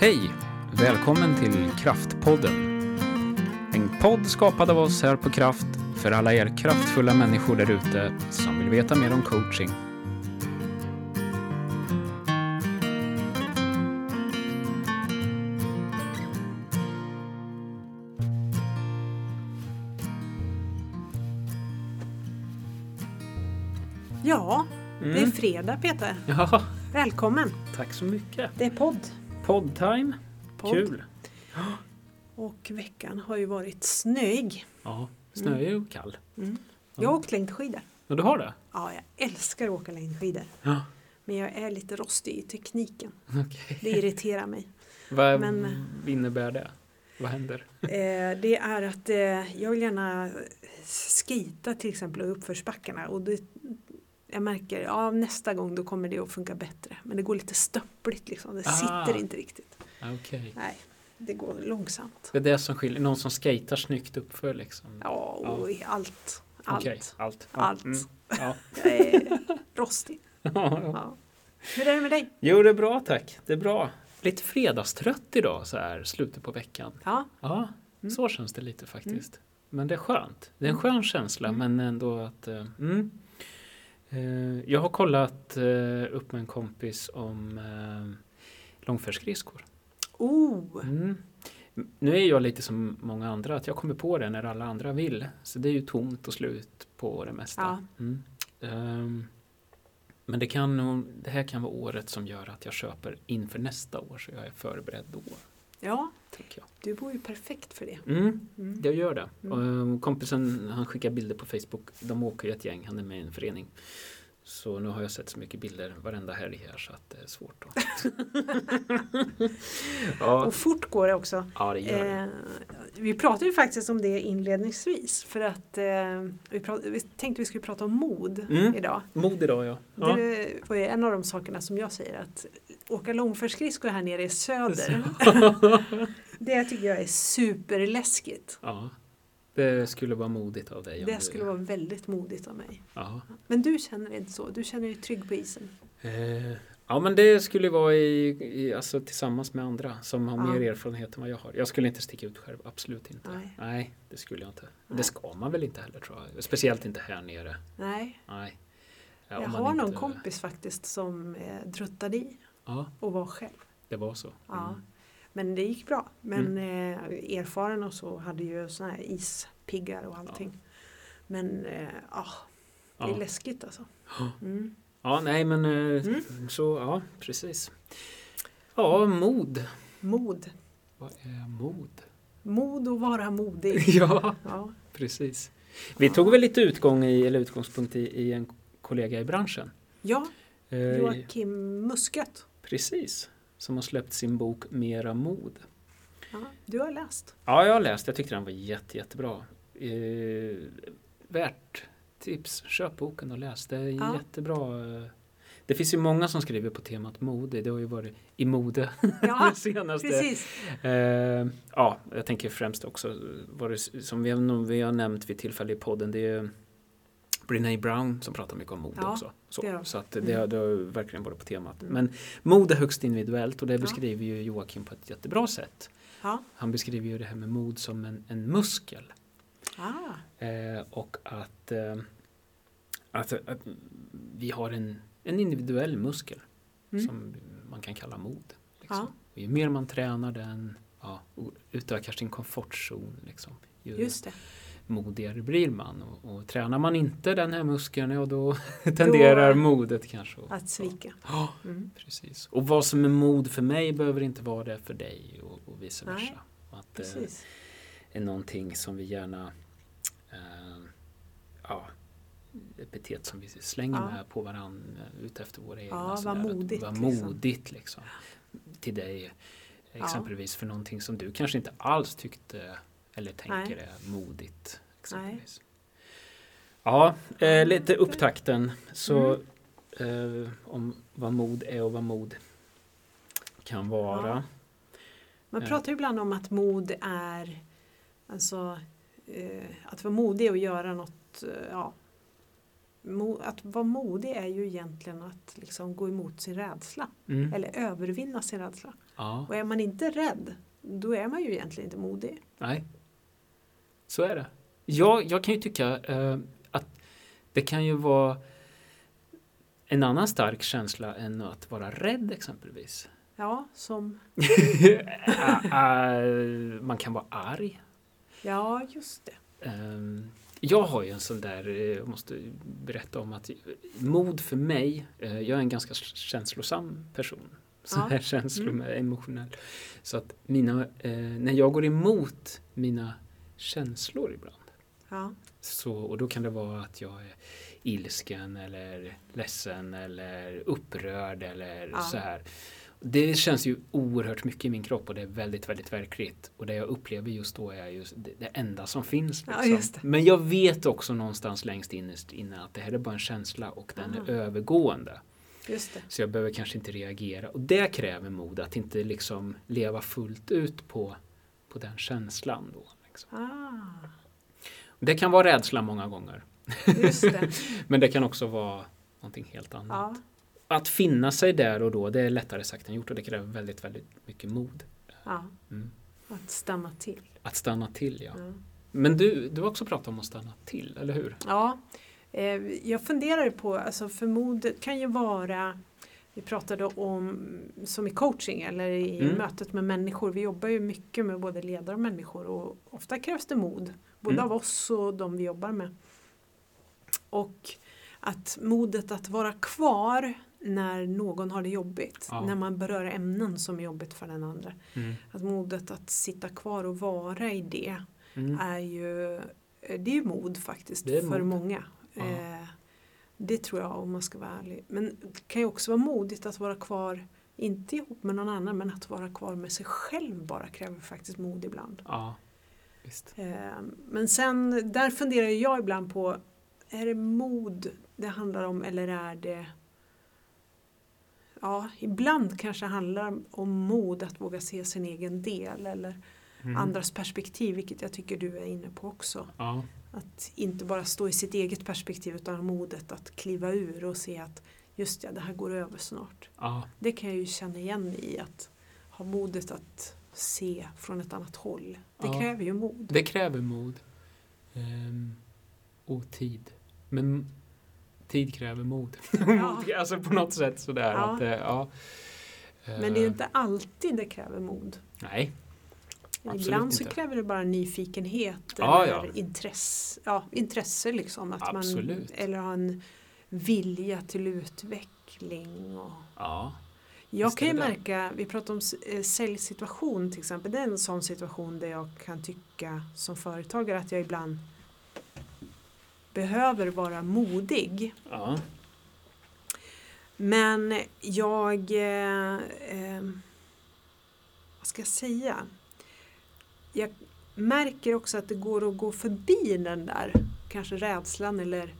Hej! Välkommen till Kraftpodden. En podd skapad av oss här på Kraft för alla er kraftfulla människor där ute som vill veta mer om coaching. Ja, det är fredag Peter. Ja, Välkommen. tack så mycket. Det är podd. Poddtime. podd. Kul. Och veckan har ju varit snöig. Ja, snöig och kall. Jag har åkt längdskidor. Och du har det? Ja, jag älskar att åka längdskidor. Ja. Men jag är lite rostig i tekniken. Okej. eh, Det irriterar mig. Vad Men- innebär det? Vad händer? Eh, det är att eh, jag vill gärna skita till exempel i uppförsbackarna. Och det, jag märker ja, nästa gång då kommer det att funka bättre. Men det går lite stöppligt liksom. Det Ah. sitter inte riktigt. Okej. Nej, det går långsamt. Det är det som skiljer, någon som skater snyggt uppför liksom. Ja, och allt. Allt. Okej, allt. Ja, Allt. mm, Ja. Jag är rostig. Ja. Hur är det med dig? Jo, det är bra tack. Det är bra. Lite fredagstrött idag så här slutet på veckan. Ja, Ja, Mm. så känns det lite faktiskt. Men det är skönt. Det är en skön känsla, men ändå att... eh, Mm. Eh, Jag har kollat eh, upp med en kompis om eh, långfärdsskridskor. oh, Mm. Nu är jag lite som många andra, att jag kommer på det när alla andra vill. Så det är ju tomt och slut på det mesta. Ja. Mm. Ehm, men det, kan, nog- det här kan vara året som gör att jag köper inför nästa år, så jag är förberedd då. ja, Tänker jag. du bor ju perfekt för det. Mm, Mm. jag gör det. Mm. Ehm, kompisen, han skickar bilder på Facebook. De åker ju ett gäng, han är med i en förening. Så nu har jag sett så mycket bilder varenda helg här så att det är svårt att... ja, Och fort går det också. ja, det gör det. Eh, vi pratade ju faktiskt om det inledningsvis för att eh, vi, pra- vi tänkte vi skulle prata om mod Mm. idag. Mod idag ja. ja. Det var ju en av de sakerna som jag säger att åka långfärdsskridskor här nere i söder, det tycker jag är superläskigt. ja. Det skulle vara modigt av dig. om Det du- skulle vara väldigt modigt av mig. Ja. Men du känner inte så, du känner dig trygg på isen. Eh, ja men det skulle vara i, i, alltså, tillsammans med andra som har Ja. mer erfarenhet än vad jag har. Jag skulle inte sticka ut själv, absolut inte. Nej. det skulle jag inte. Det Nej. ska man väl inte heller tror jag. Speciellt inte här nere. Nej, Nej. Ja, jag om man har inte- någon kompis faktiskt som eh, druttade i Ja, och var själv. det var så. Ja. Mm. Men det gick bra. Men eh, erfaren och så hade ju såna här ispiggar och allting. Men eh, ah, det är Ja. läskigt alltså. Ja. Mm. ja, nej men eh, Mm. så, ja precis. Ja, mod. Mod. Vad är mod? Mod och vara modig. ja. Ja. Precis. Vi tog väl lite utgång i, eller utgångspunkt i, i en kollega i branschen. ja, Eh, Joakim Muskat. Precis. Som har släppt sin bok Mera mod. Ja, du har läst. Ja, jag har läst. Jag tyckte den var jätte, jättebra. Eh, värt tips. Köp boken och läs. Det är Ja. jättebra. eh. Det finns ju många som skriver på temat mode. Det har ju varit i mode Ja, det senaste. precis. Eh, ja, jag tänker främst också vad det, som vi, har- vi har nämnt vid tillfälle i podden. Det är Brene Brown som pratar mycket om mode Ja, också. Så, det gör hon. så att det, Mm. det har ju verkligen varit på temat. Mm. Men mode är högst individuellt och det Ja. beskriver ju Joakim på ett jättebra sätt. Ja. Han beskriver ju det här med mod som en, en muskel. Ah, Eh, och att, eh, att, att vi har en, en individuell muskel Mm. som man kan kalla mod. Liksom. Ja. Och ju mer man tränar den ja, och utökar sin komfortzon, liksom, ju just det. modigare blir man. Och, och tränar man inte den här muskeln, ja, då tenderar modet kanske att- Att svika. Ja, Mm. precis. Och vad som är mod för mig behöver inte vara det för dig och, och vice Nej, versa. Och att, eh, Precis. är någonting som vi gärna eh, ja, epitet som vi slänger Ja. med på varandra utefter våra egna. Ja, vad sådär, att modigt, Vad liksom. modigt liksom. Till dig Ja. exempelvis för någonting som du kanske inte alls tyckte eller tänker Nej. är modigt. Exempelvis. Ja, Mm. eh, lite upptakten så eh, om vad mod är och vad mod kan vara. Man Ja. pratar ju ibland om att mod är alltså, eh, att vara modig och göra något eh, ja, mo- att vara modig är ju egentligen att liksom gå emot sin rädsla. Mm. Eller övervinna sin rädsla. Ja, Och är man inte rädd, då är man ju egentligen inte modig. nej. Så är det. Jag, jag kan ju tycka eh, att det kan ju vara en annan stark känsla än att vara rädd exempelvis. Ja, som... Ah, ah, Man kan vara arg. Ja, just det. Ehm, Jag har ju en sån där, eh, jag måste berätta om att mod för mig, eh, jag är en ganska s- känslosam person. Så Ja. här känslor emotionell. Så att mina, eh, när jag går emot mina känslor ibland, Ja, så, och då kan det vara att jag är ilsken eller ledsen eller upprörd eller Ja. så här. Det känns ju oerhört mycket i min kropp och det är väldigt, väldigt verkligt. Och det jag upplever just då är just det, det enda som finns. Ja, Liksom. just det. Men jag vet också någonstans längst innerst inne att det här är bara en känsla och den Aha. är övergående. just det. Så jag behöver kanske inte reagera. Och det kräver mod att inte liksom leva fullt ut på, på den känslan. Då, liksom. Ah, Det kan vara rädsla många gånger. just det. Men det kan också vara någonting helt annat. Ja, Att finna sig där och då, det är lättare sagt än gjort och det kräver väldigt, väldigt mycket mod. ja. Mm. Att stanna till. Att stanna till, ja. Ja. Men du, du har också pratat om att stanna till, eller hur? Ja, eh, jag funderar ju på, alltså för modet kan ju vara, vi pratade om som i coaching eller i Mm. mötet med människor, vi jobbar ju mycket med både ledare och människor och ofta krävs det mod, både Mm. av oss och de vi jobbar med. Och att modet att vara kvar när någon har det jobbigt, Ja. när man berör ämnen som är jobbigt för den andra. Mm. Att modet att sitta kvar och vara i det Mm. är ju, eh, det är ju mod faktiskt Det är för mod. många. Ja. Eh, det tror jag om man ska vara ärlig. Men det kan ju också vara modigt att vara kvar, inte ihop med någon annan, men att vara kvar med sig själv bara kräver faktiskt mod ibland. Ja, visst. Eh, men sen, där funderar ju jag ibland på, är det mod det handlar om eller är det Ja, ibland kanske det handlar om mod att våga se sin egen del eller Mm. andras perspektiv, vilket jag tycker du är inne på också. Ja, Att inte bara stå i sitt eget perspektiv utan ha modet att kliva ur och se att just ja, det här går över snart. ja, Det kan jag ju känna igen i att ha modet att se från ett annat håll. Det Ja. kräver ju mod. det kräver mod. Ehm, och tid. Men tid kräver mod. Ja. Mod- alltså på något sätt sådär. Ja. Att, eh, ja. Men det är ju Eh, inte alltid det kräver mod. Nej, Absolut Ibland så inte. kräver det bara nyfikenhet Ja, eller ja. Intresse, ja, intresse liksom. Att man, Absolut. eller ha en vilja till utveckling. Och, ja. Jag Visst kan är ju det det. märka, vi pratar om s- eh, säljsituation till exempel, det är en sån situation där jag kan tycka som företagare att jag ibland behöver vara modig. ja. Men jag, eh, eh, vad ska jag säga? Jag märker också att det går att gå förbi den där kanske rädslan eller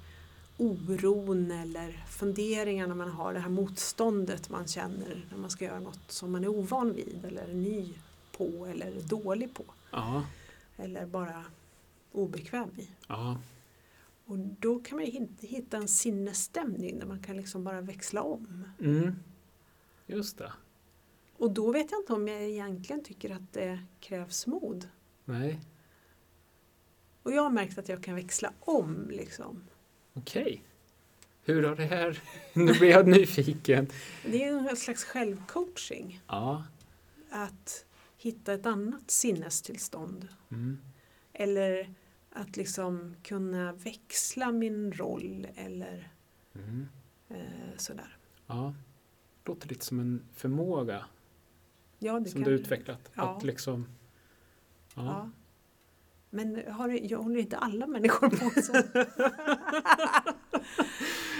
oron eller funderingarna man har, det här motståndet man känner när man ska göra något som man är ovan vid eller är ny på eller dålig på ja. eller bara obekväm i. ja. Och då kan man ju hit- hitta en sinnesstämning där man kan liksom bara växla om. Mm. Just det. Och då vet jag inte om jag egentligen tycker att det krävs mod. Nej, Och jag har märkt att jag kan växla om liksom. okej. Hur har det här... nu blir jag nyfiken. Det är en slags självcoaching. Ja. Att hitta ett annat sinnestillstånd. Mm. Eller att liksom kunna växla min roll eller Mm. eh, sådär. Ja. Låter lite som en förmåga Ja, det som kan- du utvecklat. Ja. Att liksom... Ja. Ja. Men har, det- jag håller inte alla människor på så?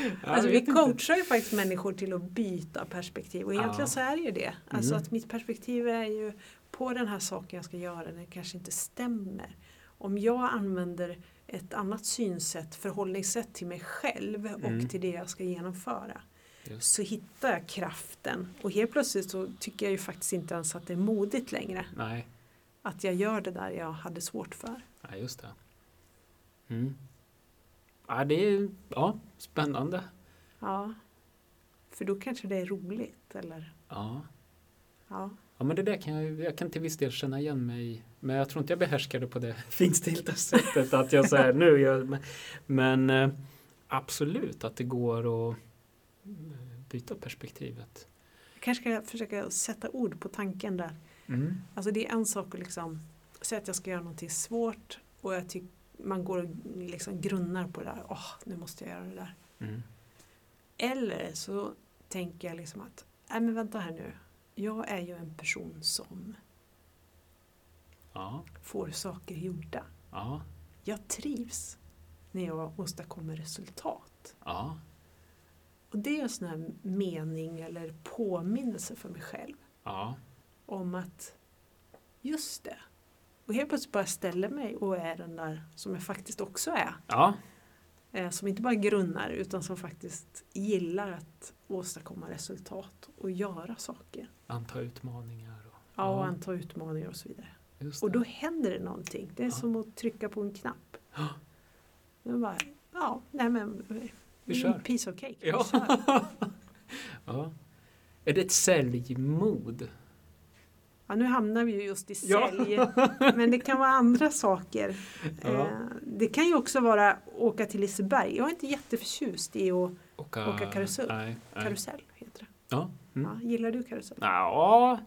Ja, Alltså, jag vi vet inte. coachar ju faktiskt människor till att byta perspektiv och egentligen Ja. så är det ju det. Alltså Mm. att mitt perspektiv är ju på den här saken jag ska göra, den kanske inte stämmer. Om jag använder ett annat synsätt, förhållningssätt till mig själv och Mm. till det jag ska genomföra Just. så hittar jag kraften och helt plötsligt så tycker jag ju faktiskt inte ens att det är modigt längre Nej. att jag gör det där jag hade svårt för. Nej, just det. Mm. Ja, det är ja, spännande. Ja. För då kanske det är roligt eller? Ja. Ja. ja, men det där kan jag, jag kan till viss del känna igen mig i. Men jag tror inte jag behärskar det på det finstilta sättet att jag säger nu. Jag, men- men eh, absolut att det går att eh, byta perspektivet. Jag kanske ska försöka sätta ord på tanken där. Alltså det är en sak att liksom säga att jag ska göra någonting svårt och jag tycker man går och liksom grunnar på det där. Åh, nu måste jag göra det där. Mm. Eller så tänker jag liksom att, nej men vänta här nu. Jag är ju en person som Ja, får saker gjorda. ja, Jag trivs när jag åstadkommer resultat. ja. Och det är en sån här mening eller påminnelse för mig själv Ja, om att just det. Och helt plötsligt bara ställer mig och är den där som jag faktiskt också är. ja, Eh, Som inte bara grunnar utan som faktiskt gillar att åstadkomma resultat och göra saker. anta utmaningar. Och, Ja, och Ja. anta utmaningar och så vidare. just Och det. då händer det någonting. Det är Ja. som att trycka på en knapp. Ja. Men bara, ja, nej men... mm, Vi kör. Piece of cake. Vi Ja. kör. ja. Är det ett säljmod? Ja, nu hamnar vi ju just i Ja. sälj. Men det kan vara andra saker. Ja. Eh, Det kan ju också vara åka till Liseberg. Jag är inte jätteförtjust i att Åka, Åka karusell. Nej, nej. karusell. Heter det. Ja. Mm. Ja, gillar du karusell? Ja,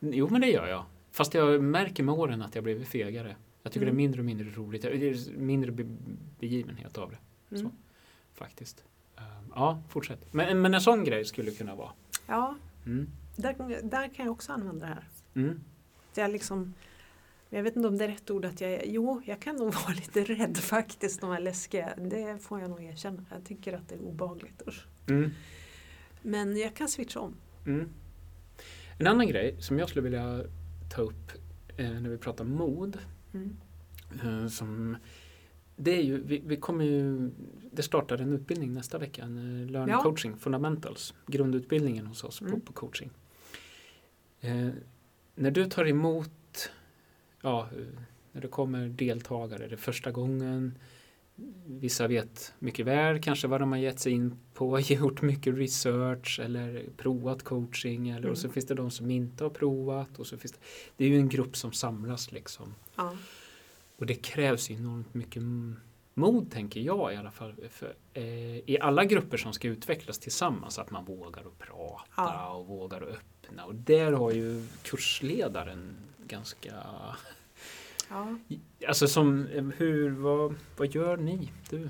jo men det gör jag. Fast jag märker med åren att jag blivit fegare. Jag tycker Mm. det är mindre och mindre roligt. Det är mindre be- begivenhet av det Mm. faktiskt. Ehm, Ja, fortsätt. Men, men en sån grej skulle kunna vara. Ja, Mm. där, där kan jag också använda det här. Mm. Jag, liksom, jag vet inte om det är rätt ord att jag är. Jo, jag kan nog vara lite rädd faktiskt. De här läskiga. Det får jag nog erkänna. Jag tycker att det är obehagligt. Usch. Mm. Men jag kan switcha om. Mm. En annan grej som jag skulle vilja ta upp eh, när vi pratar mod. Mm. Eh, som, det är ju, vi, vi kommer ju, det startar en utbildning nästa vecka, en eh, learning Ja. coaching fundamentals, grundutbildningen hos oss på, Mm. på coaching. Eh, när du tar emot, ja, eh, när det kommer deltagare, det är första gången, vissa vet mycket väl kanske vad de har gett sig in på, gjort mycket research eller provat coaching eller, och så Mm. finns det de som inte har provat och så finns det, det är ju en grupp som samlas liksom. Ja. Och det krävs enormt mycket m- mod, tänker jag i alla fall, för, eh, i alla grupper som ska utvecklas tillsammans, att man vågar att prata Ja. och vågar att öppna. Och där har ju kursledaren ganska... Ja. Alltså som, eh, hur, vad, vad gör ni? Du?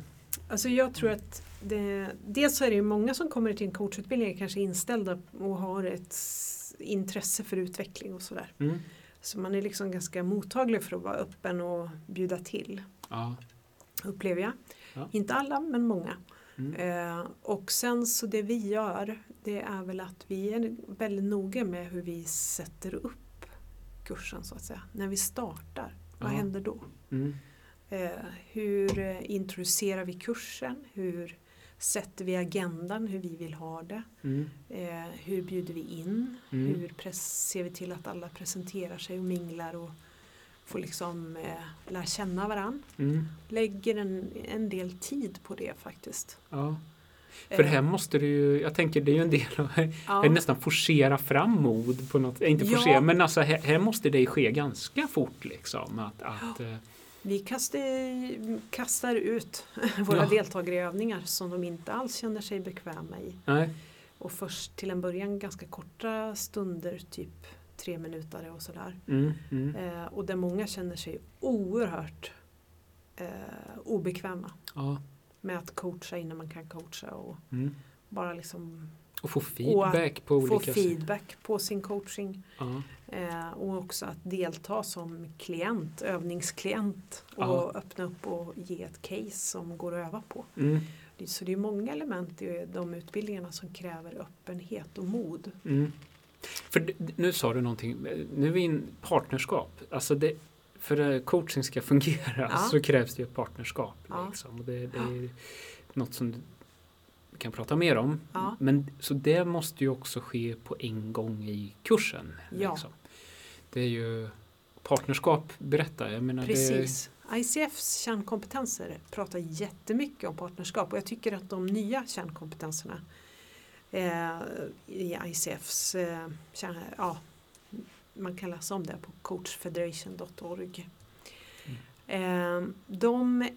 Alltså jag tror att det, dels så är det ju många som kommer till en coachutbildning är kanske inställda och har ett s- intresse för utveckling och sådär. Mm. Så man är liksom ganska mottaglig för att vara öppen och bjuda till, Ja. upplever jag. Ja. Inte alla, men många. Mm. Eh, och sen så det vi gör, det är väl att vi är väldigt noga med hur vi sätter upp kursen så att säga. När vi startar, vad Ja. händer då? Mm. Eh, hur eh, introducerar vi kursen? Hur sätter vi agendan? Hur vi vill ha det? Mm. Eh, hur bjuder vi in? Mm. Hur pres- ser vi till att alla presenterar sig och minglar och får liksom eh, lära känna varann? Mm. Lägger en, en del tid på det faktiskt. Ja. För det här Eh, måste du ju, jag tänker det är ju en del av, ja, är nästan forcera fram mod på något, eh, inte Ja. forcera, men alltså här, här måste det ske ganska fort liksom. Att, att, eh, vi kastar, kastar ut våra Ja. deltagare i övningar som de inte alls känner sig bekväma i. nej. Och först till en början ganska korta stunder, typ tre minuter och sådär. Mm, mm. Eh, och där många känner sig oerhört eh, obekväma Ja. med att coacha innan man kan coacha och Mm. bara liksom Och få feedback på få olika sätt. feedback på sin coaching. Ja. Eh, och också att delta som klient, övningsklient och Ja. öppna upp och ge ett case som går att öva på. Mm, Det- Så det är många element i de utbildningarna som kräver öppenhet och mod. mm. För d- d- nu sa du någonting, eh, nu är vi in partnerskap. Alltså det, för att coaching ska fungera Ja. så krävs det ju ett partnerskap. Ja. Liksom. Och det, det är något som du vi kan prata mer om. Ja. Men, så det måste ju också ske på en gång i kursen. Ja. Liksom. Det är ju partnerskap, berätta. Jag menar, det, Precis. ICFs kärnkompetenser pratar jättemycket om partnerskap och jag tycker att de nya kärnkompetenserna eh, i ICFs, eh, kärn, ja, man kan läsa om det på coachfederation.org. Mm. Eh, de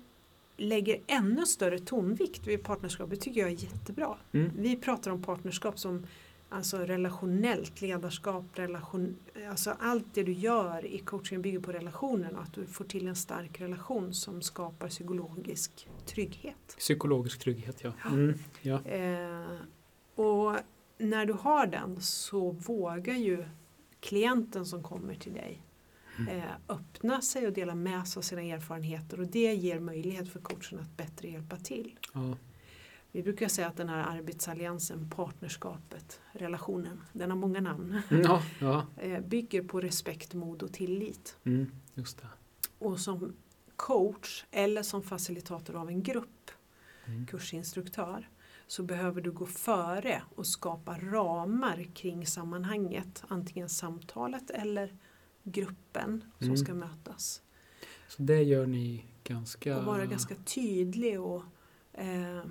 lägger ännu större tonvikt vid partnerskap, det tycker jag är jättebra. Mm. Vi pratar om partnerskap som alltså relationellt ledarskap, relation, alltså allt det du gör i coachingen bygger på relationen och att du får till en stark relation som skapar psykologisk trygghet. Psykologisk trygghet, ja. Ja. Mm, ja. Eh, och när du har den så vågar ju klienten som kommer till dig eh, öppna sig och dela med sig av sina erfarenheter och det ger möjlighet för coachen att bättre hjälpa till. ja. Vi brukar säga att den här arbetsalliansen, partnerskapet, relationen, den har många namn, Mm, ja, ja. eh, bygger på respekt, mod och tillit. Mm, just det. Och som coach eller som facilitator av en grupp, Mm. kursinstruktör, så behöver du gå före och skapa ramar kring sammanhanget, antingen samtalet eller gruppen som Mm. ska mötas. Så det gör ni ganska... Och vara ganska tydlig och eh,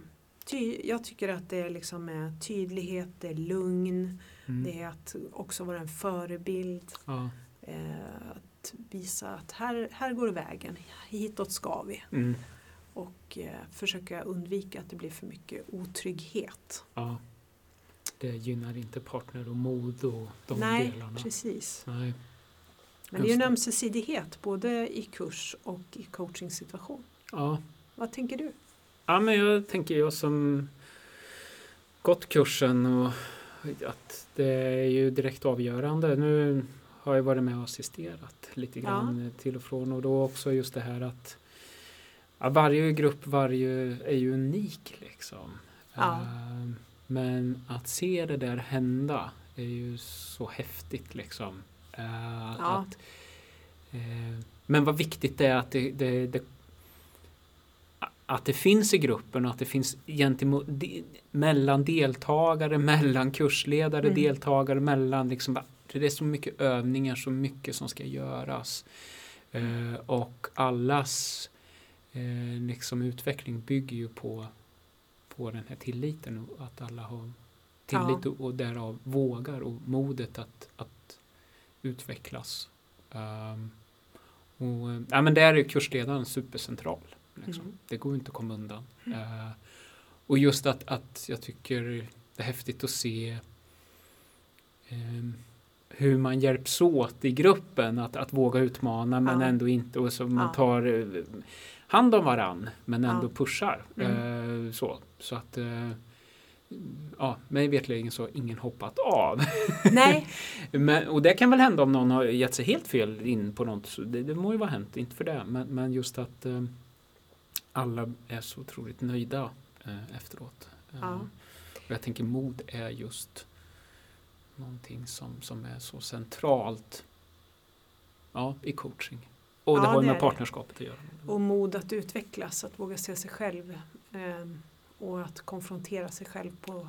ty, jag tycker att det är liksom eh, tydlighet, det är lugn, Mm. Det är att också vara en förebild. Ja. Eh, att visa att här, här går vägen, hitåt ska vi. Mm. Och eh, försöka undvika att det blir för mycket otrygghet. ja. Det gynnar inte partner och mod och de Nej, delarna. precis. Nej, Men det är ju Mm. Just en det. ömsesidighet både i kurs och i coachingsituation. ja. Vad tänker du? Ja, men jag tänker jag som gått kursen och att det är ju direkt avgörande. Nu har jag varit med och assisterat lite Ja. grann till och från och då också just det här att ja, varje grupp varje är ju unik liksom. Ja. Eh, Men att se det där hända är ju så häftigt liksom. Eh, Ja. Att, eh, men vad viktigt det är att det, det, det att det finns i gruppen och att det finns gentemot, de, mellan deltagare, mellan kursledare, Mm. deltagare, mellan liksom, va- det är så mycket övningar, så mycket som ska göras. Eh, och allas eh, liksom, utveckling bygger ju på, på den här tilliten och att alla har tillit och, och därav vågar och modet att, att utvecklas. Ehm, och, eh, ja, men där är kursledaren supercentral. Liksom. Mm. Det går inte att komma undan. Eh, och just att, att jag tycker det är häftigt att se ehm, hur man hjälps åt i gruppen att, att våga utmana men Ja. ändå inte och så man Ja. tar eh, hand om varann men Ja. Mm. ändå pushar. Eh, så. så att eh, ja, mig veterligen så har ingen hoppat av. Nej, Men, och det kan väl hända om någon har gett sig helt fel in på något. Så det, det må ju vara hänt, inte för det. Men, men just att eh, alla är så otroligt nöjda eh, efteråt. Eh, Ja. och jag tänker mod är just någonting som, som är så centralt ja, i coaching. Och det Ja, har ju det med är det. partnerskapet att göra. och mod att utvecklas, att våga se sig själv eh, och att konfrontera sig själv på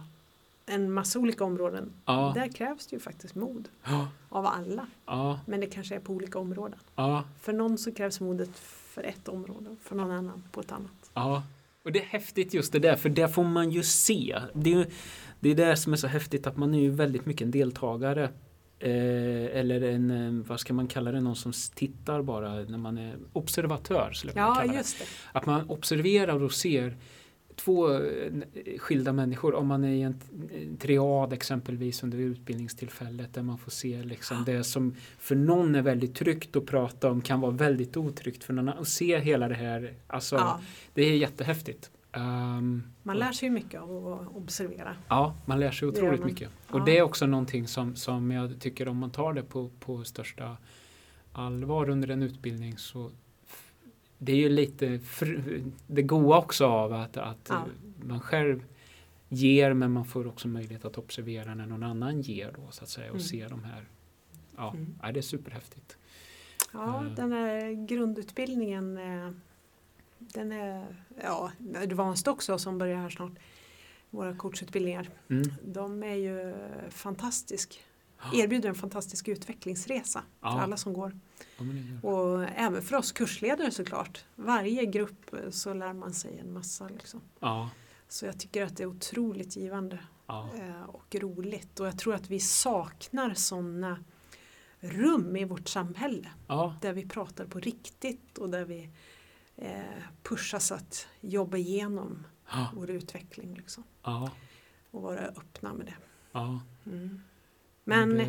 en massa olika områden. Ja, Där krävs det ju faktiskt mod ja, av alla. ja, Men det kanske är på olika områden. ja, För någon så krävs modet för ett område, för någon annan på ett annat. ja. Och det är häftigt just det där, för där får man ju se. Det är ju det är det som är så häftigt att man är ju väldigt mycket en deltagare. Eh, eller en, eh, vad ska man kalla det, någon som s- tittar bara när man är observatör. Skulle jag Ja, kalla det. just det. Att man observerar och ser två eh, skilda människor, om man är i en t- en triad exempelvis under utbildningstillfället där man får se liksom det som för någon är väldigt tryggt att prata om kan vara väldigt otryggt för någon annan. Och se hela det här, alltså Ja, det är jättehäftigt. Ehm, man lär sig ju mycket av att observera. Ja, man lär sig Det gör otroligt man. mycket. Ja. Och det är också någonting som, som jag tycker om man tar det på, på största allvar under en utbildning så det är ju lite fr- det goa också av att, att Ja. man själv ger men man får också möjlighet att observera när någon annan ger då så att säga och Mm. se de här. Ja, Mm. ja, det är superhäftigt. Ja, Eh. den här grundutbildningen, eh, den är, ja, advanced också som börjar här snart. Våra coachutbildningar, Mm. de är ju fantastisk. erbjuder en fantastisk utvecklingsresa för Ja. alla som går. Ja, men det gör det. Och även för oss kursledare såklart. Varje grupp eh, så lär man sig en massa. Liksom. ja, Så jag tycker att det är otroligt givande ja, eh, och roligt. Och jag tror att vi saknar sådana rum i vårt samhälle ja, där vi pratar på riktigt och där vi eh, pushas att jobba igenom ja, vår utveckling liksom, ja, och vara öppna med det. ja. Mm. Men Det-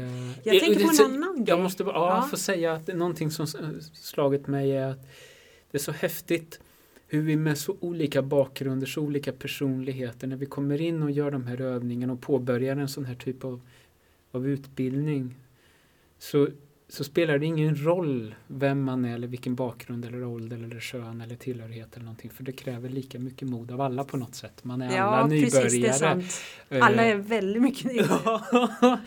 jag Eh, tänker det- på så- en annan grej. Jag måste bara ja, Ja. få säga att det är någonting som s- slagit mig är att det är så häftigt hur vi med så olika bakgrunder, så olika personligheter, när vi kommer in och gör de här övningarna och påbörjar en sån här typ av, av utbildning så, så spelar det ingen roll vem man är eller vilken bakgrund eller ålder eller kön eller tillhörighet eller någonting för det kräver lika mycket mod av alla på något sätt. Man är alla Ja, nybörjare. eh, precis, det är sant. Alla är väldigt mycket nybörjare. Ja,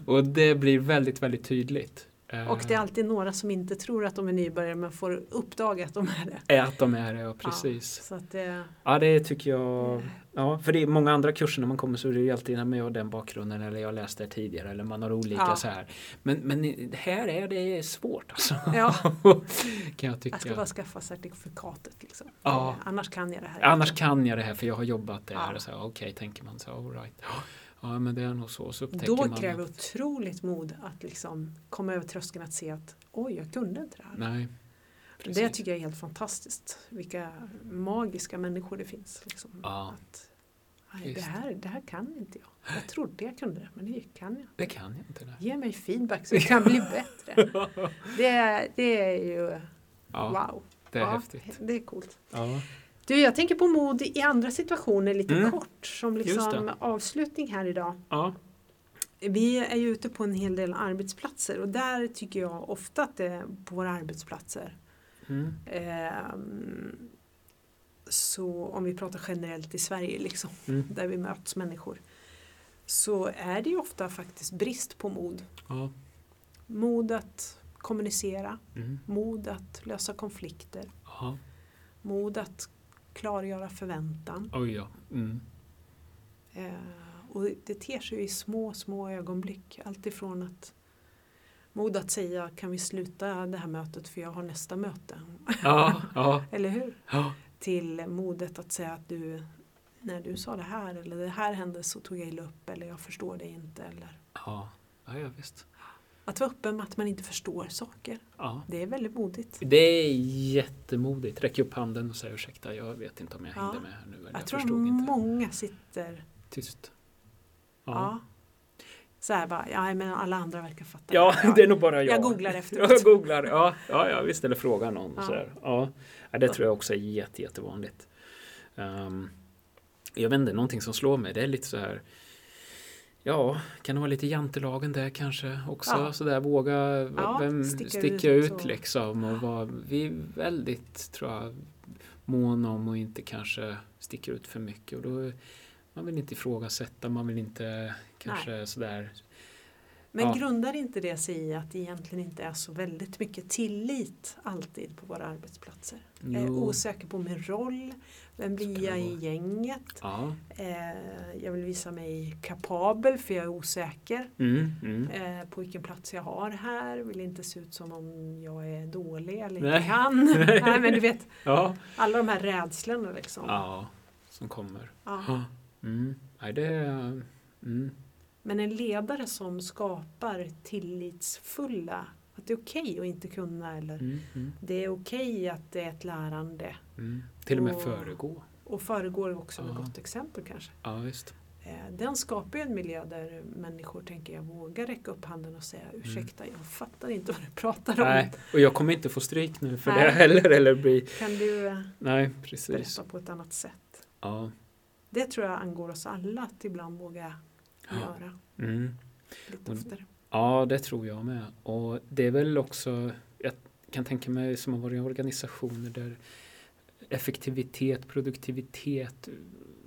och det blir väldigt, väldigt tydligt. eh, Och det är alltid några som inte tror att de är nybörjare men får uppdaga att de är det. är att de är det, ja precis. Så att det, Ja. det tycker jag. Mm. Ja, för det är många andra kurser när man kommer så är det ju alltid med jag har den bakgrunden eller jag läste det tidigare eller man har olika Ja. så här. Men, men här är det svårt alltså. ja, kan jag tycka. jag ska bara skaffa certifikatet liksom. Ja. Eh, Annars kan jag det här. Annars inte. kan jag det här för jag har jobbat det här. Ja. och så här, Okej, tänker man så. här, All right. Ja, men det är nog så. Så upptäcker Då man kräver det att, otroligt mod att liksom komma över tröskeln att se att oj, jag kunde inte det här. Nej. det precis. tycker jag är helt fantastiskt. Vilka magiska människor det finns. Liksom. Ja. Att, nej, det, Just. här, det här kan inte jag. Jag trodde jag kunde det, men det kan jag. Det kan jag inte. Det. Ge mig feedback så jag kan bli bättre. Det, det är ju Ja, wow. det är ja, häftigt. Det är coolt. Ja. Du, jag tänker på mod i andra situationer lite Mm. kort som Just liksom det. avslutning här idag. Ja. Vi är ju ute på en hel del arbetsplatser och där tycker jag ofta att det på våra arbetsplatser Mm. ehm, så om vi pratar generellt i Sverige liksom, Mm. där vi möts människor så är det ju ofta faktiskt brist på mod. Ja. Mod att kommunicera, Mm. mod att lösa konflikter, Ja. mod att klargöra förväntan. Oj, ja. Mm. Eh, och det ter sig ju i små, små ögonblick. Alltifrån att mod att säga kan vi sluta det här mötet för jag har nästa möte. Ja, ja, Eller hur? ja. Till modet att säga att du när du sa det här eller det här hände så tog jag illa upp eller jag förstår dig inte. Eller Ja, ja, ja visst. att vara öppen med att man inte förstår saker. Ja. Det är väldigt modigt. Det är jättemodigt. Räck upp handen och säg ursäkta, jag vet inte om jag Ja. hängde med här nu. Eller jag, Jag tror att förstod inte. många sitter Tyst. ja. Ja. så här bara, ja men alla andra verkar fatta. Ja. Ja, det är nog bara jag. jag googlar efteråt. Jag googlar, ja, ja, ja visst, eller frågar någon. Ja. Ja. Sådär. Ja. Ja, det tror jag också är jätte, jättevanligt. Um, jag vet inte, någonting som slår mig, det är lite så här Ja, kan det vara lite jantelagen där kanske också? Ja. Sådär våga, v- Ja, vem sticka sticker ut ut, och- liksom? Och vara, vi är väldigt, tror jag, måna om och inte kanske sticker ut för mycket. Och då, man vill inte ifrågasätta, man vill inte kanske sådär Men Ja. grundar inte det sig i att det egentligen inte är så väldigt mycket tillit alltid på våra arbetsplatser? Jag är jo, osäker på min roll, vem blir kan det jag i vara. gänget? Ja, Eh, jag vill visa mig kapabel för jag är osäker mm, mm. eh, på vilken plats jag har här, vill inte se ut som om jag är dålig eller inte Nej. kan. Nej, men du vet, ja. alla de här rädslorna liksom. Ja, som kommer. Ja. Ja. Mm. Nej, det är... Mm. Men en ledare som skapar tillitsfulla, att det är okej att inte kunna eller Mm. Mm. Det är okej att det är ett lärande Mm. Till och med Och- föregå. och föregår också med Ja. gott exempel kanske. Ja, visst. Eh, Den skapar ju en miljö där människor tänker jag vågar räcka upp handen och säga ursäkta jag fattar inte vad du pratar om. Mm. Nej, och jag kommer inte få stryk nu för det Nej. heller. Eller bli... Kan du eh, Nej, precis. berätta på ett annat sätt? Ja. Det tror jag angår oss alla att ibland våga Ja. göra Mm. lite Och- oftare. Ja, det tror jag med. Och det är väl också, jag kan tänka mig som har varit i organisationer där effektivitet, produktivitet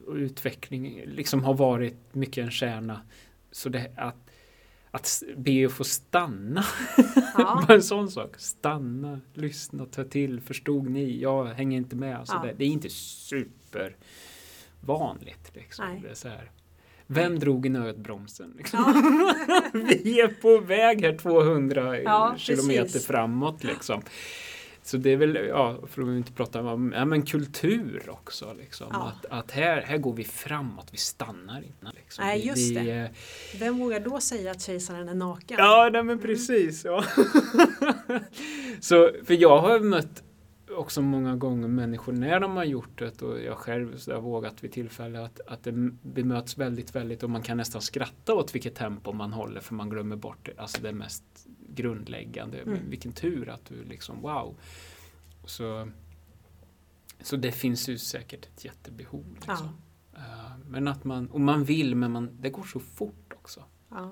och utveckling liksom har varit mycket en kärna. Så det att, att be att få stanna, Ja. bara en sån sak. Stanna, lyssna, ta till, förstod ni, jag hänger inte med. Alltså Så Ja. det, det är inte supervanligt. Liksom. Nej. Det är så här. Vem drog i nödbromsen? Liksom? Ja. Vi är på väg här 200 Ja, kilometer precis. framåt liksom. Så det är väl, ja, för att inte prata om ja, men kultur också. Liksom. Ja. Att, att här, här går vi framåt, vi stannar inte. Liksom. Nej, Vi- just vi, det. eh, Vem vågar då säga att kejsaren är naken? Ja, nej Mm. men precis. Ja. så, för jag har mött också många gånger människor när de har gjort det och jag själv så har vågat vid tillfälle att, att det bemöts väldigt, väldigt och man kan nästan skratta åt vilket tempo man håller för man glömmer bort det, alltså det mest grundläggande. Mm. Men vilken tur att du liksom, wow. Så, så det finns ju säkert ett jättebehov. Liksom. Ja. Eh, Men att man, och man vill, men man, det går så fort också. Ja.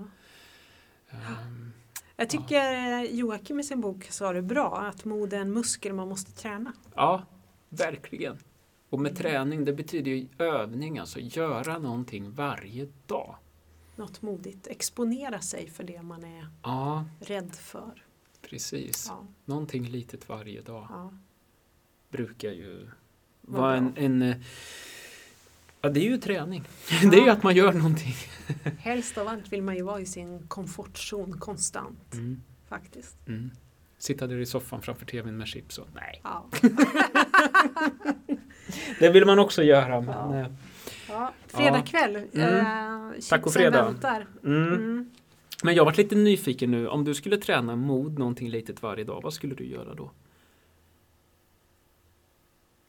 Ehm, Jag tycker eh, Joakim i sin bok sa det bra, att mod är en muskel man måste träna. Ja, verkligen. Och med träning, det betyder ju övning, alltså göra någonting varje dag. Något modigt, exponera sig för det man är Ja, rädd för. precis. Ja, Någonting litet varje dag ja. brukar ju Vad vara bra. en, en... eh, Ja, det är ju träning. Det är ju Ja. att man gör någonting. Helst av allt vill man ju vara i sin komfortzon konstant Mm, faktiskt. mm. Sitta där i soffan framför tvn med chips och nej. Ja. Det vill man också göra. Ja. Men, eh, Ja. Fredag kväll. Eh, chipsen fredag. Väntar. mm. Mm. Men jag varit lite nyfiken nu, om du skulle träna mod någonting litet varje dag, vad skulle du göra då?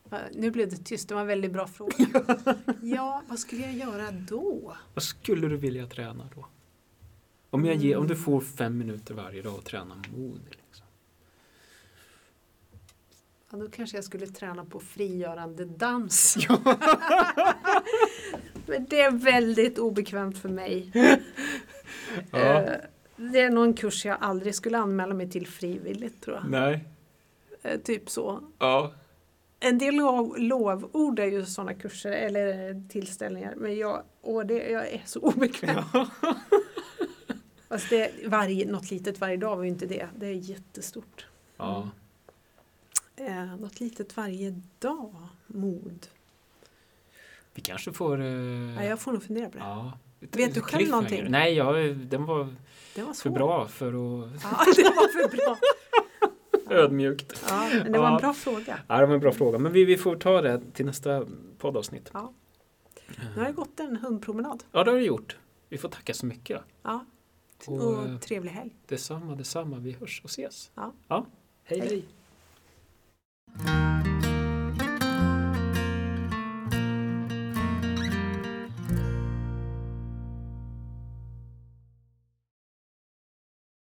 Va, Eh, Nu blev det tyst, det var en väldigt bra fråga. ja, vad skulle jag göra då? Vad skulle du vilja träna då? Om, jag ger, om du Mm. får fem minuter varje dag att träna mod. Liksom. Ja, då kanske jag skulle träna på frigörande dans. Men det är väldigt obekvämt för mig. Ja, Eh, Det är nog en kurs jag aldrig skulle anmäla mig till frivilligt tror jag. nej. Eh, Typ så. Ja. En del lov, lovord är ju sådana kurser eller tillställningar. Men jag, åh, det, jag är så obekväm. Fast det, varje, något litet varje dag var ju inte det. Det är jättestort. ja. Eh, något litet varje dag. Mod. Vi kanske får... Eh, Ja, jag får nog fundera på det. ja. Ett- Vet du ett själv någonting? cliffhanger. Nej, jag, den var Det var för svårt. bra för att... Ja, det var för bra. Ödmjukt. Ja, men det var en Ja. bra fråga. Ja, det var en bra fråga, men vi, vi får ta det till nästa poddavsnitt. Eh, Ja. Nu har jag gått en hundpromenad. Ja, det har du gjort. Vi får tacka så mycket. Ja. Och, eh, Och trevlig helg. detsamma, detsamma. Vi hörs och ses. Ja. ja. Hej, Hej. hej.